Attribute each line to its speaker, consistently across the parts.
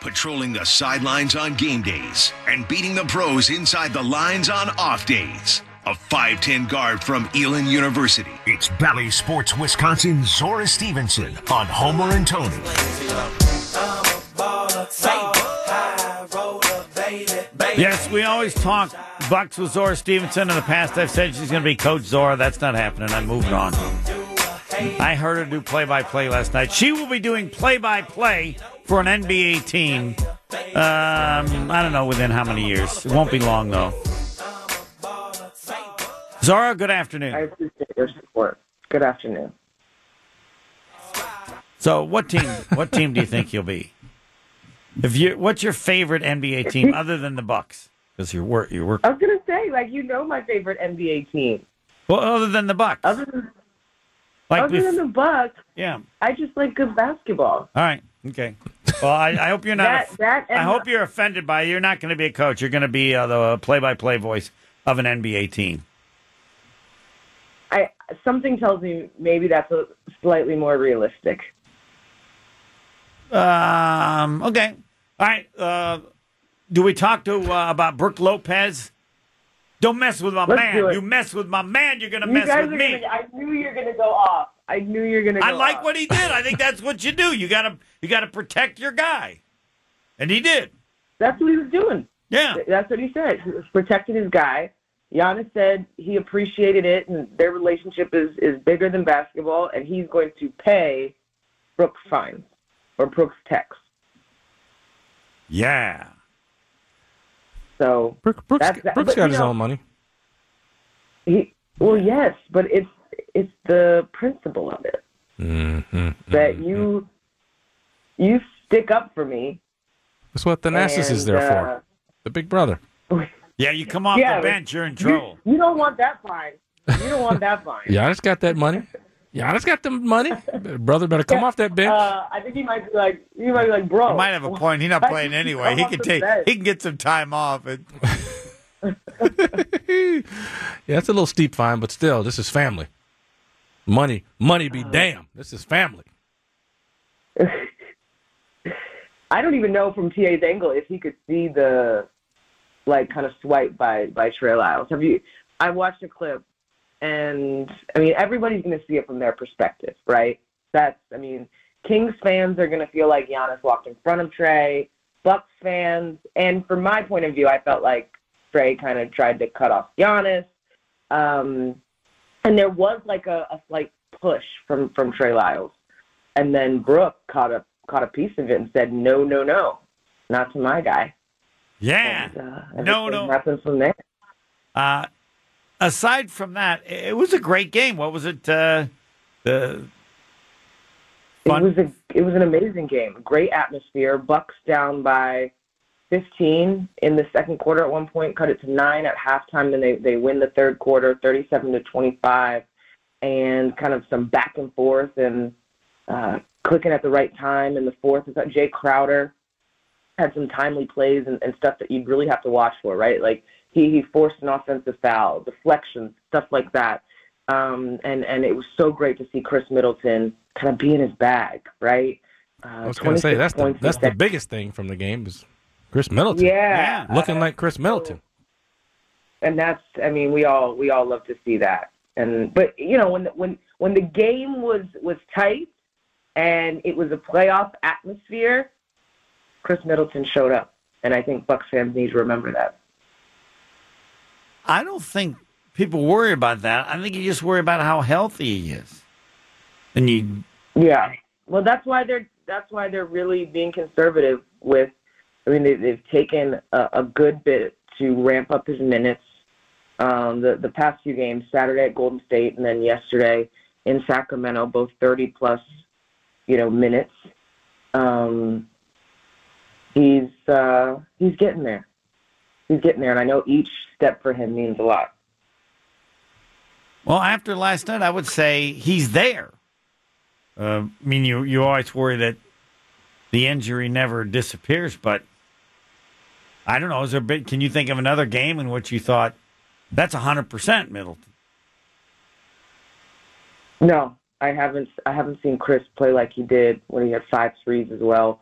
Speaker 1: patrolling the sidelines on game days and beating the pros inside the lines on off days. A 5'10 guard from Elon University.
Speaker 2: It's Valley Sports Wisconsin Zora Stevenson on Homer and Tony.
Speaker 3: Yes, we always talk Bucks with Zora Stevenson. In the past, I've said she's going to be Coach Zora. That's not happening. I'm moving on. I heard her do play by play last night. She will be doing play by play for an NBA team. Um, I don't know within how many years. It won't be long, though. Zora, good afternoon.
Speaker 4: I appreciate your support. Good afternoon.
Speaker 3: So, what team? What team do you think you'll be? If you, what's your favorite NBA team other than the Bucks? Because your work, your work.
Speaker 4: I was gonna say, like, you know, my favorite NBA team.
Speaker 3: Well, other than the Bucks,
Speaker 4: Other than
Speaker 3: like
Speaker 4: other than
Speaker 3: bef-
Speaker 4: the Bucks,
Speaker 3: yeah. All
Speaker 4: I just like good basketball.
Speaker 3: right, okay. Well, I, I hope you're not.
Speaker 4: That-
Speaker 3: aff-
Speaker 4: that and
Speaker 3: I hope you're offended by. it. You're not going to be a coach. You're going to be uh, the play-by-play voice of an NBA team.
Speaker 4: I something tells me maybe that's a slightly more realistic.
Speaker 3: Um. Okay. All right. Uh, do we talk to uh, about Brooke Lopez? Don't mess with my
Speaker 4: Let's
Speaker 3: man.
Speaker 4: do it.
Speaker 3: You mess with my man, you're going to
Speaker 4: You
Speaker 3: mess
Speaker 4: guys
Speaker 3: with
Speaker 4: are
Speaker 3: me.
Speaker 4: Gonna, I knew you were gonna go off. I knew you were gonna. Go
Speaker 3: I like
Speaker 4: off.
Speaker 3: what he did. I think that's what you do. You gotta you gotta protect your guy, and he did.
Speaker 4: That's what he was doing.
Speaker 3: Yeah,
Speaker 4: That's what he said. He was protecting his guy. Giannis said he appreciated it, and their relationship is is bigger than basketball, and he's going to pay Brooks fines or Brooks tax.
Speaker 3: yeah.
Speaker 4: So
Speaker 5: Brooks, Brooks,
Speaker 4: That's- that-
Speaker 5: Brooks
Speaker 4: but,
Speaker 5: got
Speaker 4: you
Speaker 5: his
Speaker 4: know-
Speaker 5: own money.
Speaker 4: He, well, yes, but it's it's the principle of it that you you stick up for me.
Speaker 5: That's what the Nassus
Speaker 4: and,
Speaker 5: is there
Speaker 4: uh,
Speaker 5: for. The big brother.
Speaker 3: Yeah, you come off
Speaker 4: Yeah,
Speaker 3: the
Speaker 4: but
Speaker 3: bench, you're in
Speaker 4: You,
Speaker 3: trouble.
Speaker 4: you don't want that fine. You don't want that fine.
Speaker 5: Giannis got that money. Giannis got the money. Brother better come off that bench.
Speaker 4: Uh, I think he might be like he might be like bro.
Speaker 3: He might have a point. He's not
Speaker 4: why
Speaker 3: playing
Speaker 4: did you
Speaker 3: anyway.
Speaker 4: Oh. come
Speaker 3: He
Speaker 4: off
Speaker 3: can
Speaker 4: the
Speaker 3: take.
Speaker 4: bench?
Speaker 3: He can get some time off. And,
Speaker 5: Yeah, that's a little steep fine, but still, this is family. Money, money be
Speaker 4: Uh,
Speaker 5: damn. This is family.
Speaker 4: I don't even know from TA's angle if he could see the like kind of swipe by by Trey Lyles. Have you? I watched a clip, and I mean everybody's going to see it from their perspective, right? That's I mean Kings fans are going to feel like Giannis walked in front of Trey. Bucks fans, and from my point of view, I felt like Trey kind of tried to cut off Giannis. Um, and there was like a, a slight push from from Trey Lyles. And then Brooke caught a caught a piece of it and said, "No, no, no, not to my guy."
Speaker 3: yeah.
Speaker 4: And, uh,
Speaker 3: Eh. No,
Speaker 4: everything
Speaker 3: no.
Speaker 4: Happened from there.
Speaker 3: Uh, aside from that, it it was a great game. What was it? Uh, the Fun.
Speaker 4: It was a it was an amazing game. Great atmosphere. Bucks down by 15 in the second quarter at one point, cut it to nine at halftime. Then they they win the third quarter, 37 to 25, and kind of some back and forth and uh, clicking at the right time in the fourth. Is that Jay Crowder? had some timely plays and, and stuff that you'd really have to watch for, right? Like he, he forced an offensive foul, deflections, stuff like that. Um, and, and it was so great to see Chris Middleton kind of be in his bag, right? Uh,
Speaker 5: I was going to say that's the that's the biggest thing from the game is Chris Middleton.
Speaker 4: yeah.
Speaker 5: looking like Chris Middleton.
Speaker 4: and that's I mean we all we all love to see that. And but you know when the, when when the game was was tight and it was a playoff atmosphere, Chris Middleton showed up, and I think Bucks fans need to remember that.
Speaker 3: I don't think people worry about that. I think you just worry about how healthy he is, and you
Speaker 4: Yeah. Well, that's why they're that's why they're really being conservative with. I mean, they, they've taken a, a good bit to ramp up his minutes. Um, the the past few games, Saturday at Golden State, and then yesterday in Sacramento, both thirty plus, you know, minutes. Um, he's uh, he's getting there. He's getting there, and I know each step for him means a lot.
Speaker 3: Well, after last night, I would say he's there. Uh, I mean, you you always worry that the injury never disappears, but I don't know. Is there a bit? Can you think of another game in which you thought that's hundred percent Middleton?
Speaker 4: No, I haven't. I haven't seen Chris play like he did when he had five threes as well.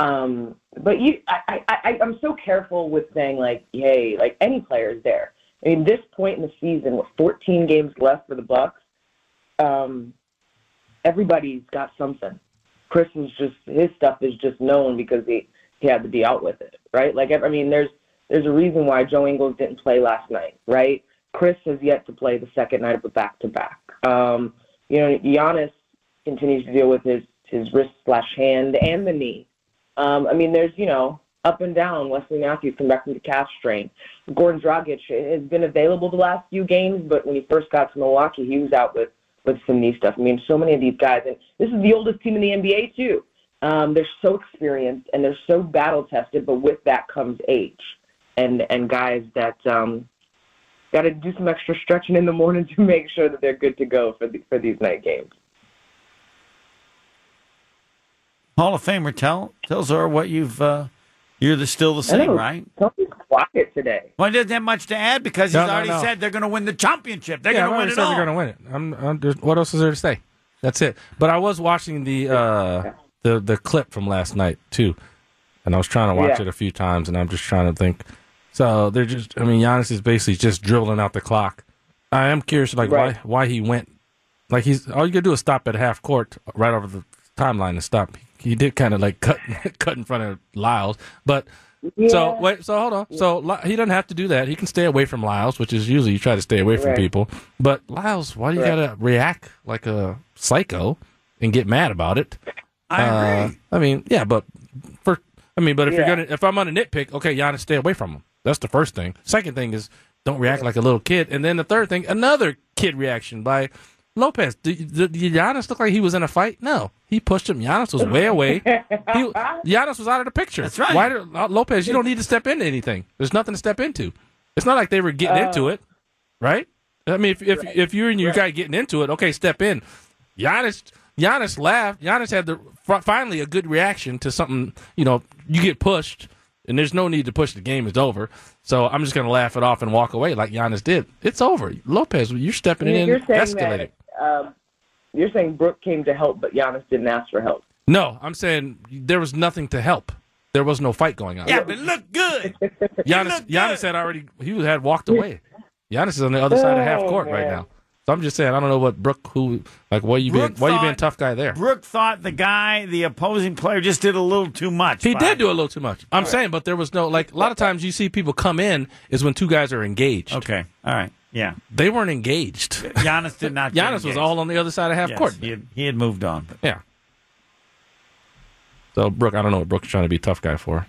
Speaker 4: Um, but you, I, I, I, I'm so careful with saying like, "Yay!" Like any player is there. I mean, this point in the season, with 14 games left for the Bucks, um, everybody's got something. Chris is just his stuff is just known because he he had to be out with it, right? Like, I mean, there's there's a reason why Joe Ingles didn't play last night, right? Chris has yet to play the second night of the back to back. Um, you know, Giannis continues to deal with his his wrist slash hand and the knee. Um, I mean, there's you know up and down. Wesley Matthews come back from the calf strain. Gordon Dragic has been available the last few games, but when he first got to Milwaukee, he was out with with some knee stuff. I mean, so many of these guys, and this is the oldest team in the NBA too. Um, they're so experienced and they're so battle tested, but with that comes age and and guys that um, got to do some extra stretching in the morning to make sure that they're good to go for the, for these night games.
Speaker 3: Hall of Famer, tell tell Zora what you've. Uh, you're the, still the
Speaker 4: I
Speaker 3: same,
Speaker 4: know,
Speaker 3: right?
Speaker 4: Something's Oh, quiet today.
Speaker 3: Well, he doesn't have much to add because he's
Speaker 5: No, no,
Speaker 3: already
Speaker 5: no.
Speaker 3: said they're going to win the championship. They're
Speaker 5: yeah,
Speaker 3: going to win
Speaker 5: I already
Speaker 3: it
Speaker 5: said
Speaker 3: all.
Speaker 5: they're going to win it. I'm, I'm, there's- what else is there to say? That's it. But I was watching the uh, the the clip from last night too, and I was trying to watch
Speaker 4: Yeah.
Speaker 5: it a few times, and I'm just trying to think. So they're just. I mean, Giannis is basically just dribbling out the clock. I am curious, like
Speaker 4: Right.
Speaker 5: why why he went. Like he's all you could do is stop at half court right over the timeline and stop. He did kind of like cut cut in front of Lyles, but so
Speaker 4: Yeah.
Speaker 5: wait, so hold on. So Li- he doesn't have to do that. He can stay away from Lyles, which is usually you try to stay away from
Speaker 4: Right.
Speaker 5: people. But Lyles, why do you
Speaker 4: Right.
Speaker 5: gotta react like a psycho and get mad about it?
Speaker 3: I agree.
Speaker 5: Uh, I mean, yeah, but for I mean, but if
Speaker 4: Yeah.
Speaker 5: you're gonna if I'm on a nitpick, okay, Giannis, stay away from him. That's the first thing. Second thing is don't react like a little kid, and then the third thing, another kid reaction by Lopez. Did, did did Giannis look like he was in a fight? No, he pushed him. Giannis was way away. He, Giannis was out of the picture.
Speaker 3: That's right.
Speaker 5: Why did, uh, Lopez? You don't need to step into anything. There's nothing to step into. It's not like they were getting into it, right? I mean, if if, if you and your guy getting into it, okay, step in. Giannis Giannis laughed. Giannis had the fi- finally a good reaction to something. You know, you get pushed, and there's no need to push. The game is over. So I'm just gonna laugh it off and walk away like Giannis did. It's over. Lopez, you're stepping in.
Speaker 4: You're saying
Speaker 5: escalating.
Speaker 4: that um, you're saying Brooke came to help, but Giannis didn't ask for help.
Speaker 5: No, I'm saying there was nothing to help. There was no fight going on.
Speaker 3: yeah, but look good.
Speaker 5: Giannis,
Speaker 3: looked
Speaker 5: Giannis
Speaker 3: good.
Speaker 5: had already he had walked away. Giannis is on the other side of half
Speaker 4: Oh,
Speaker 5: court right
Speaker 4: man.
Speaker 5: now. So I'm just saying I don't know what Brooke who like why you being
Speaker 3: Brooke
Speaker 5: why you being
Speaker 3: thought-
Speaker 5: tough guy there.
Speaker 3: Brooke thought the guy, the opposing player, just did a little too much.
Speaker 5: He
Speaker 3: by
Speaker 5: did do a little too much. I'm saying, but there was no like a lot of times you see people come in is when two guys are engaged.
Speaker 3: Okay. All right. Yeah.
Speaker 5: They weren't engaged.
Speaker 3: Giannis did not. get
Speaker 5: Giannis was
Speaker 3: engaged.
Speaker 5: all on the other side of half
Speaker 3: Yes,
Speaker 5: court.
Speaker 3: He had, he had moved on.
Speaker 5: Yeah. So Brooke, I don't know what Brooke's trying to be a tough guy for.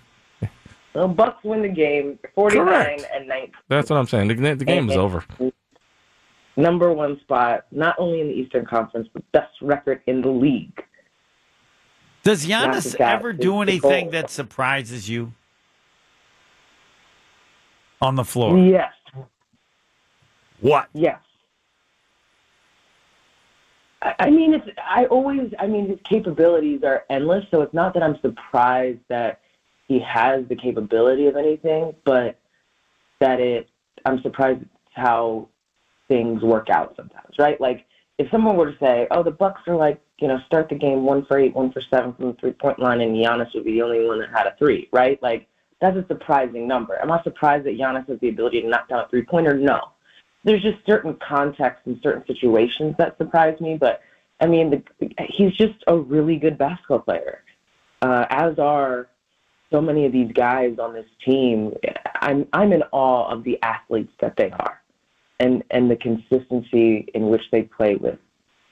Speaker 4: Well, Um, Bucks win the game, 49
Speaker 5: Correct.
Speaker 4: and 19.
Speaker 5: That's what I'm saying. The, the game is over.
Speaker 4: Number one spot, not only in the Eastern Conference, but best record in the league.
Speaker 3: Does
Speaker 4: Giannis
Speaker 3: Giannis
Speaker 4: got
Speaker 3: ever
Speaker 4: his
Speaker 3: do
Speaker 4: goal.
Speaker 3: anything that surprises you on the floor?
Speaker 4: Yes,
Speaker 3: What?
Speaker 4: yes. I, I mean, it's. I always. I mean, his capabilities are endless. So it's not that I'm surprised that he has the capability of anything, but that it. I'm surprised how things work out sometimes, right? Like if someone were to say, "Oh, the Bucks are like, you know, start the game one for eight, one for seven from the three-point line," and Giannis would be the only one that had a three, right? Like that's a surprising number. Am I surprised that Giannis has the ability to knock down a three-pointer? No. There's just certain contexts and certain situations that surprise me, but I mean, the, he's just a really good basketball player, uh, as are so many of these guys on this team. I'm I'm in awe of the athletes that they are and and the consistency in which they play with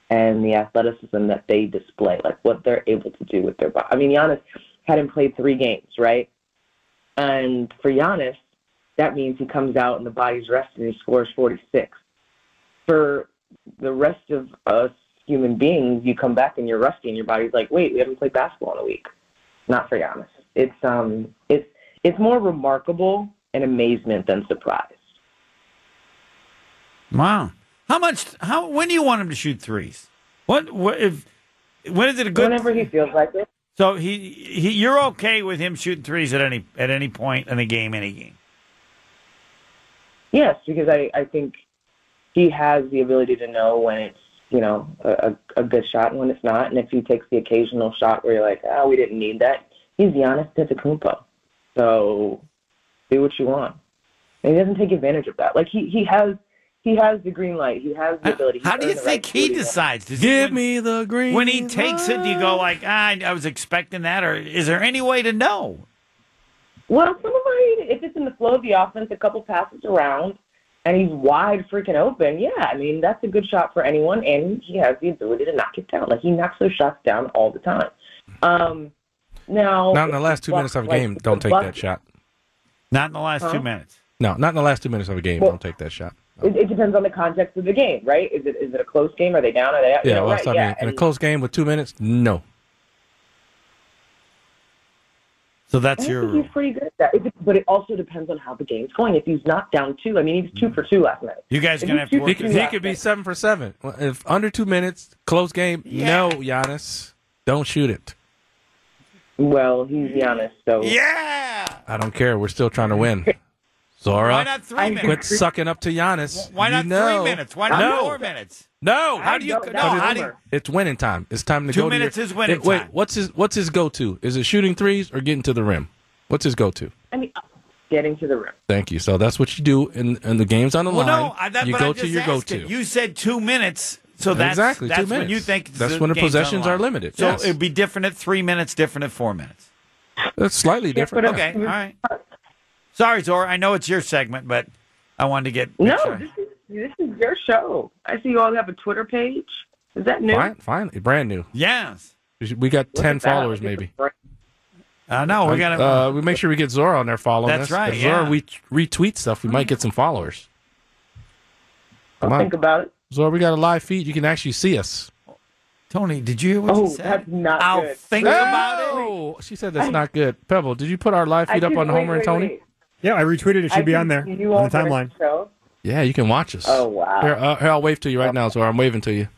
Speaker 4: and the athleticism that they display, like what they're able to do with their body. I mean, Giannis hadn't played three games, right? And for Giannis, that means he comes out and the body's rested and he scores 46. For the rest of us human beings, you come back and you're rusty and your body's like, wait, we haven't played basketball in a week. Not for Giannis. It's um, it's it's more remarkable and amazement than surprise.
Speaker 3: Wow. How much? How? When do you want him to shoot threes? What? what if? When is it a good?
Speaker 4: Whenever he feels like it.
Speaker 3: so he, he, you're okay with him shooting threes at any at any point in the game, any game.
Speaker 4: Yes, because I, I think he has the ability to know when it's, you know, a, a a good shot and when it's not. And if he takes the occasional shot where you're like, oh, we "Ah, didn't need that, he's Giannis Antetokounmpo. So do what you want. And he doesn't take advantage of that. Like he, he has he has the green light. He has the ability. He
Speaker 3: How do you
Speaker 4: earned the right
Speaker 3: think
Speaker 4: to do
Speaker 3: he
Speaker 4: what wants.
Speaker 3: decides? Does he-
Speaker 5: Give me the green.
Speaker 3: when he takes it, do you go like, ah, I was expecting that, or is there any way to know?
Speaker 4: Well, some of my if it's in the flow of the offense, a couple passes around, and he's wide freaking open. Yeah, I mean that's a good shot for anyone, and he has the ability to knock it down. Like he knocks those shots down all the time. Um, now,
Speaker 5: Not in the last two minutes of a
Speaker 4: like,
Speaker 5: game.
Speaker 4: the
Speaker 5: Don't take that
Speaker 4: bucket-
Speaker 5: shot.
Speaker 3: Not in the last two minutes.
Speaker 5: No, not in the last two minutes of a game.
Speaker 4: Well-
Speaker 5: Don't take that shot.
Speaker 4: It, it depends on the context of the game, right? Is it is it a close game? Are they down? Are they out?
Speaker 5: Yeah,
Speaker 4: You know,
Speaker 5: well,
Speaker 4: right,
Speaker 5: that's what I mean. In a
Speaker 4: and-
Speaker 5: close game with two minutes, no.
Speaker 3: So that's
Speaker 4: I
Speaker 3: your
Speaker 4: think
Speaker 3: rule.
Speaker 4: he's pretty good at that. It, de- but it also depends on how the game's going. If he's not down two, I mean, he
Speaker 5: Mm.
Speaker 4: was two for two last night.
Speaker 3: You guys
Speaker 4: If
Speaker 3: gonna
Speaker 4: he's
Speaker 3: have to
Speaker 4: two for
Speaker 3: work
Speaker 5: He
Speaker 4: two
Speaker 5: could, he
Speaker 4: last
Speaker 5: could be
Speaker 4: night-
Speaker 5: seven for seven. Well, If under two minutes, close game, no, Giannis, don't shoot it.
Speaker 4: Well, he's Giannis, so
Speaker 3: Yeah.
Speaker 5: I don't care. We're still trying to win. Zora,
Speaker 3: Why not three
Speaker 4: I-
Speaker 5: quit
Speaker 3: minutes?
Speaker 5: sucking up to Giannis.
Speaker 3: Why
Speaker 5: You
Speaker 3: not
Speaker 5: know-
Speaker 3: three minutes? Why not
Speaker 5: no.
Speaker 3: four minutes?
Speaker 5: No,
Speaker 4: I
Speaker 5: how do you?
Speaker 4: don't
Speaker 5: No,
Speaker 4: know.
Speaker 5: how do you? It's winning time. It's time to
Speaker 3: Two
Speaker 5: go.
Speaker 3: minutes
Speaker 5: to your,
Speaker 3: is winning
Speaker 5: Wait, Wait,
Speaker 3: time.
Speaker 5: what's his what's his go to? Is it shooting threes or getting to the rim? What's his go to?
Speaker 4: I mean, getting to the rim.
Speaker 5: Thank you. So that's what you do, and and the game's on the
Speaker 3: Well,
Speaker 5: line.
Speaker 3: no, I, that,
Speaker 5: you
Speaker 3: but
Speaker 5: go
Speaker 3: I'm
Speaker 5: to
Speaker 3: just
Speaker 5: your go
Speaker 3: asking.
Speaker 5: to.
Speaker 3: You said two minutes, so that's
Speaker 5: Exactly, two
Speaker 3: That's when
Speaker 5: minutes.
Speaker 3: you think
Speaker 5: That's when the
Speaker 3: game's on
Speaker 5: possessions
Speaker 3: line.
Speaker 5: are limited,
Speaker 3: So
Speaker 5: yes.
Speaker 3: it'd be different at three minutes, different at four minutes.
Speaker 5: That's slightly different.
Speaker 4: but
Speaker 3: Okay, all right. Sorry, Zora. I know it's your segment, but I wanted to get
Speaker 4: No,
Speaker 3: Sorry.
Speaker 4: this is this is your show. I see you all have a Twitter page. Is that new?
Speaker 5: Fine, fine. Brand new.
Speaker 3: Yes.
Speaker 5: We should- We got
Speaker 4: Look
Speaker 5: ten
Speaker 4: at that.
Speaker 5: followers, maybe.
Speaker 3: I know we got to.
Speaker 5: Uh, we make sure we get Zora on there following
Speaker 3: That's
Speaker 5: us.
Speaker 3: right,
Speaker 5: If Zora
Speaker 3: yeah.
Speaker 5: we retweet stuff, we might get some followers.
Speaker 4: I'll
Speaker 5: Come on.
Speaker 4: think about it.
Speaker 5: Zora, we got a live feed. You can actually see us.
Speaker 3: Tony, did you hear what
Speaker 4: Oh,
Speaker 3: she said?
Speaker 4: that's not
Speaker 3: I'll
Speaker 4: good.
Speaker 3: think about it.
Speaker 5: Oh, she said that's not good. Pebble, did you put our live feed
Speaker 4: I
Speaker 5: up
Speaker 4: think-
Speaker 5: on
Speaker 4: wait,
Speaker 5: Homer and
Speaker 4: wait,
Speaker 5: Tony?
Speaker 4: wait.
Speaker 6: Yeah, I retweeted. It
Speaker 4: I
Speaker 6: should be on
Speaker 4: think
Speaker 6: there
Speaker 4: you
Speaker 6: on the
Speaker 4: all were
Speaker 6: timeline.
Speaker 4: show.
Speaker 5: Yeah, you can watch us.
Speaker 4: Oh, wow.
Speaker 5: Here, uh, here I'll wave to you right now, Zora. I'm waving to you.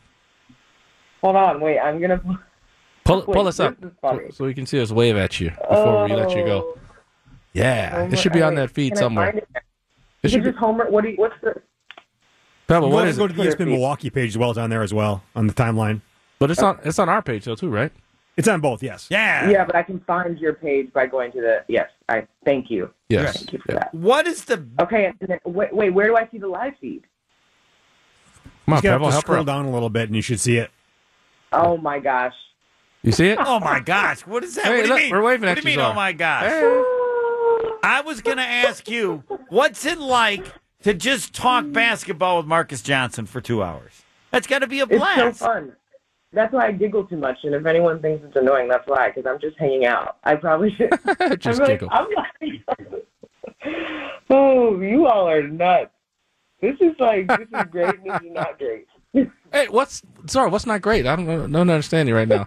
Speaker 4: Hold on, wait. I'm gonna.
Speaker 5: Pull,
Speaker 4: Wait,
Speaker 5: pull us
Speaker 4: this
Speaker 5: up
Speaker 4: is
Speaker 5: so,
Speaker 4: funny.
Speaker 5: so we can see us wave at you before we let you go.
Speaker 4: Oh,
Speaker 5: Yeah,
Speaker 4: Homer-
Speaker 5: it should be on
Speaker 4: wait,
Speaker 5: that feed
Speaker 4: Oh. can I
Speaker 5: somewhere.
Speaker 4: find it?
Speaker 5: It
Speaker 4: Is it
Speaker 5: should be,
Speaker 4: just Homer? What do you? What's the?
Speaker 5: Pebble,
Speaker 6: You
Speaker 5: what
Speaker 6: want to
Speaker 5: is
Speaker 6: go
Speaker 5: it?
Speaker 6: to the E ESPN Milwaukee page as well. It's on there as well on the timeline.
Speaker 5: But it's on it's on our page though too, right?
Speaker 6: It's on both. Yes.
Speaker 5: Ah.
Speaker 3: Yeah.
Speaker 4: Yeah, but I can find your page by going to the. Yes, I thank you.
Speaker 5: Yes.
Speaker 4: Thank you for
Speaker 5: Yeah.
Speaker 4: that.
Speaker 3: What is the
Speaker 4: Okay, and then, wait, wait, where do I see the live feed?
Speaker 5: Come on,
Speaker 6: You have
Speaker 5: Pebble,
Speaker 6: to
Speaker 5: help her.
Speaker 6: scroll
Speaker 5: out.
Speaker 6: down a little bit, and you should see it.
Speaker 4: Oh my gosh.
Speaker 5: You see it?
Speaker 3: Oh my gosh! What is that?
Speaker 5: Hey,
Speaker 3: what do you
Speaker 5: look,
Speaker 3: mean?
Speaker 5: we're waving
Speaker 3: what
Speaker 5: at
Speaker 3: do you
Speaker 5: you,
Speaker 3: mean?
Speaker 5: Czar.
Speaker 3: Oh my gosh!
Speaker 5: Hey.
Speaker 3: I was gonna ask you, what's it like to just talk basketball with Marcus Johnson for two hours? That's got to be a
Speaker 4: It's
Speaker 3: blast.
Speaker 4: so fun. That's why I giggle too much, and if anyone thinks it's annoying, that's why, because I'm just hanging out. I probably should.
Speaker 5: Just
Speaker 4: I'm
Speaker 5: giggle.
Speaker 4: Like, I'm like, oh, you all are nuts. This is like, this is great, and this is not great.
Speaker 5: Hey, what's sorry? What's not great? I don't I don't understand you right now.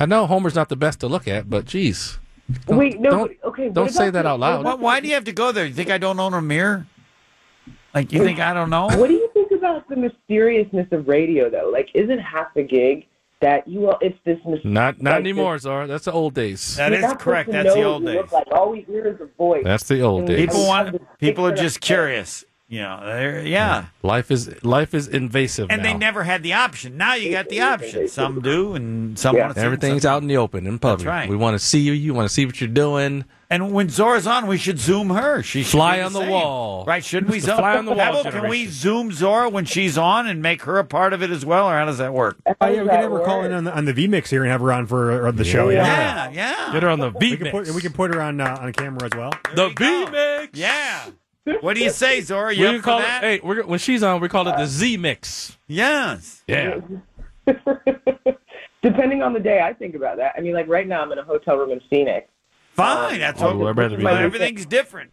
Speaker 5: I know Homer's not the best to look at, but geez, Don't-
Speaker 4: Wait, no,
Speaker 5: don't-
Speaker 4: but- okay. what
Speaker 5: don't say
Speaker 4: about
Speaker 5: that
Speaker 4: you?
Speaker 5: out loud.
Speaker 3: Why, why do you have to go there? You think I don't own a mirror? Like you think I don't know?
Speaker 4: What do you think about the mysteriousness of radio, though? Like, isn't half the gig that you all, it's this mysterious.
Speaker 5: not not
Speaker 4: like
Speaker 5: anymore, Zara. That's the old days.
Speaker 3: That
Speaker 4: This,
Speaker 3: is
Speaker 4: you're not
Speaker 3: correct.
Speaker 4: supposed to
Speaker 3: That's
Speaker 4: know what
Speaker 3: the old
Speaker 4: you look
Speaker 3: days.
Speaker 4: Like, all we hear is a voice.
Speaker 5: That's the old days.
Speaker 3: People want.
Speaker 4: It's-
Speaker 3: People are just curious. You know. They're, yeah.
Speaker 5: life is life is invasive
Speaker 3: And
Speaker 5: now.
Speaker 3: they never had the option. Now you got the option. Some do, and some
Speaker 4: Yeah.
Speaker 3: want to. see
Speaker 5: Everything's
Speaker 3: some-
Speaker 5: out in the open, in public.
Speaker 3: right.
Speaker 5: We want to see you. You want to see what you're doing.
Speaker 3: And when Zora's on, we should zoom her. She should
Speaker 5: Fly
Speaker 3: do
Speaker 5: on the
Speaker 3: same.
Speaker 5: wall.
Speaker 3: right? Should we
Speaker 5: It's
Speaker 3: zoom?
Speaker 5: the fly on the wall
Speaker 3: Pebble, can we
Speaker 5: generation.
Speaker 3: zoom Zora when she's on and make her a part of it as well, or how does that work?
Speaker 6: Oh yeah, we can have her call in on the, on the V mix here and have her on for uh, the show.
Speaker 4: Yeah.
Speaker 3: Yeah, yeah.
Speaker 5: Get her on the V
Speaker 6: We can put
Speaker 5: mix.
Speaker 6: we can put her on uh, on camera as well.
Speaker 5: the
Speaker 3: we
Speaker 5: V
Speaker 3: go.
Speaker 5: mix.
Speaker 3: Yeah. What do you say, Zora?
Speaker 5: We
Speaker 3: You up
Speaker 5: can
Speaker 3: for
Speaker 5: call it.
Speaker 3: that?
Speaker 5: Hey, we're, gonna- when she's on, we call it the Z mix.
Speaker 3: Yes.
Speaker 5: Yeah.
Speaker 4: Depending on the day, I think about that. I mean, like right now, I'm in a hotel room in Phoenix.
Speaker 3: Fine. That's
Speaker 5: Oh,
Speaker 3: what.
Speaker 5: I'd rather be
Speaker 4: But
Speaker 5: there.
Speaker 3: Everything's different.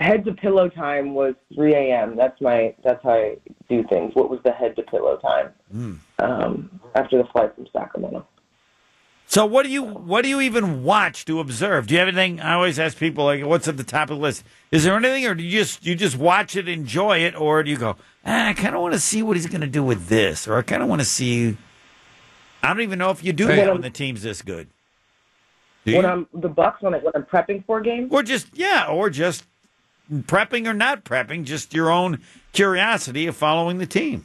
Speaker 4: Head to pillow time was 3 a.m. That's my. That's how I do things. What was the head to pillow time?
Speaker 3: Hmm.
Speaker 4: Um, after the flight from Sacramento.
Speaker 3: So what do you what do you even watch to observe? Do you have anything? I always ask people like, what's at the top of the list? Is there anything, or do you just you just watch it, enjoy it, or do you go? Ah, I kind of want to see what he's going to do with this, or I kind of want to see. I don't even know if you do
Speaker 5: Hey.
Speaker 3: that when the team's this good. Do
Speaker 4: When
Speaker 3: you?
Speaker 4: I'm the Bucks, when, I, when I'm prepping for a game,
Speaker 3: Or just yeah, or just prepping or not prepping, just your own curiosity of following the team.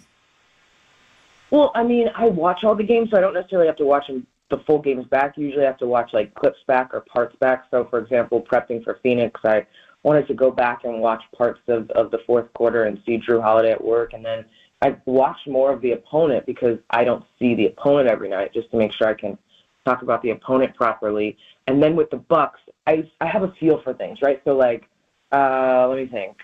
Speaker 4: Well, I mean, I watch all the games, so I don't necessarily have to watch them the full games back. Usually, I have to watch like clips back or parts back. So, for example, prepping for Phoenix, I wanted to go back and watch parts of of the fourth quarter and see Drew Holiday at work, and then I watched more of the opponent because I don't see the opponent every night, just to make sure I can talk about the opponent properly. And then with the Bucks, I I have a feel for things, right? So like, uh, let me think.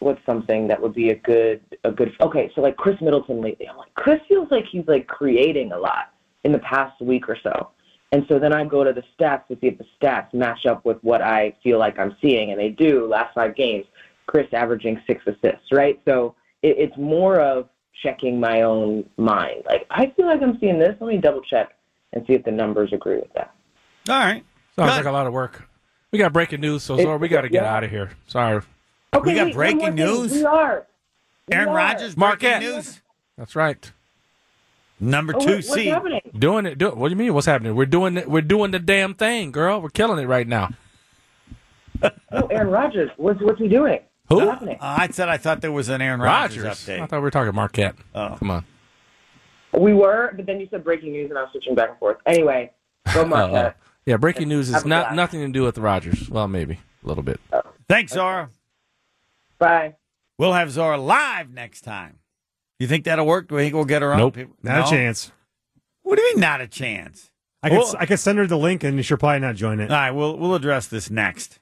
Speaker 4: What's something that would be a good a good okay? So like Chris Middleton lately, I'm like Chris feels like he's like creating a lot in the past week or so, and so then I go to the stats to see if the stats match up with what I feel like I'm seeing, and they do. Last five games, Chris averaging six assists, right? So it, it's more of checking my own mind. Like I feel like I'm seeing this. Let me double check and see if the numbers agree with that.
Speaker 3: All right.
Speaker 5: Sounds
Speaker 3: Good.
Speaker 5: like a lot of work. We got breaking news, so
Speaker 4: It-
Speaker 5: Zora, we got to get
Speaker 4: yeah.
Speaker 5: out of here. Sorry.
Speaker 4: Okay,
Speaker 3: We
Speaker 4: wait,
Speaker 3: got
Speaker 4: one
Speaker 3: breaking
Speaker 4: more thing.
Speaker 3: news.
Speaker 4: We are. We
Speaker 3: Aaron
Speaker 4: are.
Speaker 3: Rodgers, breaking
Speaker 5: Marquette.
Speaker 3: news.
Speaker 5: That's right.
Speaker 3: Number
Speaker 4: Oh,
Speaker 3: two
Speaker 4: what- what's
Speaker 3: seed.
Speaker 4: happening?
Speaker 5: Doing it. Do, what do you mean? What's happening? We're doing. it- We're doing the damn thing, girl. We're killing it right now.
Speaker 4: Oh, Aaron Rodgers. What's what's he doing?
Speaker 5: Who?
Speaker 4: What's happening?
Speaker 3: Uh, I said I thought there was an Aaron Rodgers,
Speaker 5: Rogers. I
Speaker 3: update.
Speaker 5: thought we were talking Marquette.
Speaker 4: Oh.
Speaker 5: Come on.
Speaker 4: We were, but then you said breaking news, and I was switching back and forth. Anyway, go
Speaker 5: Uh, uh,
Speaker 4: Marquette.
Speaker 5: yeah, breaking news is
Speaker 4: Have a
Speaker 5: not
Speaker 4: glass.
Speaker 5: nothing to do with Rogers. Well, maybe a little bit.
Speaker 3: Thanks, Zora.
Speaker 4: Bye.
Speaker 3: We'll have Zora live next time. You think that'll work? Do you think we'll get her on?
Speaker 5: Nope.
Speaker 3: People-
Speaker 6: Not
Speaker 3: No?
Speaker 6: a chance.
Speaker 3: What do you mean, not a chance?
Speaker 6: I could,
Speaker 3: Well-
Speaker 6: I could send her the link and she'll probably not join it.
Speaker 3: All right, we'll we'll address this next.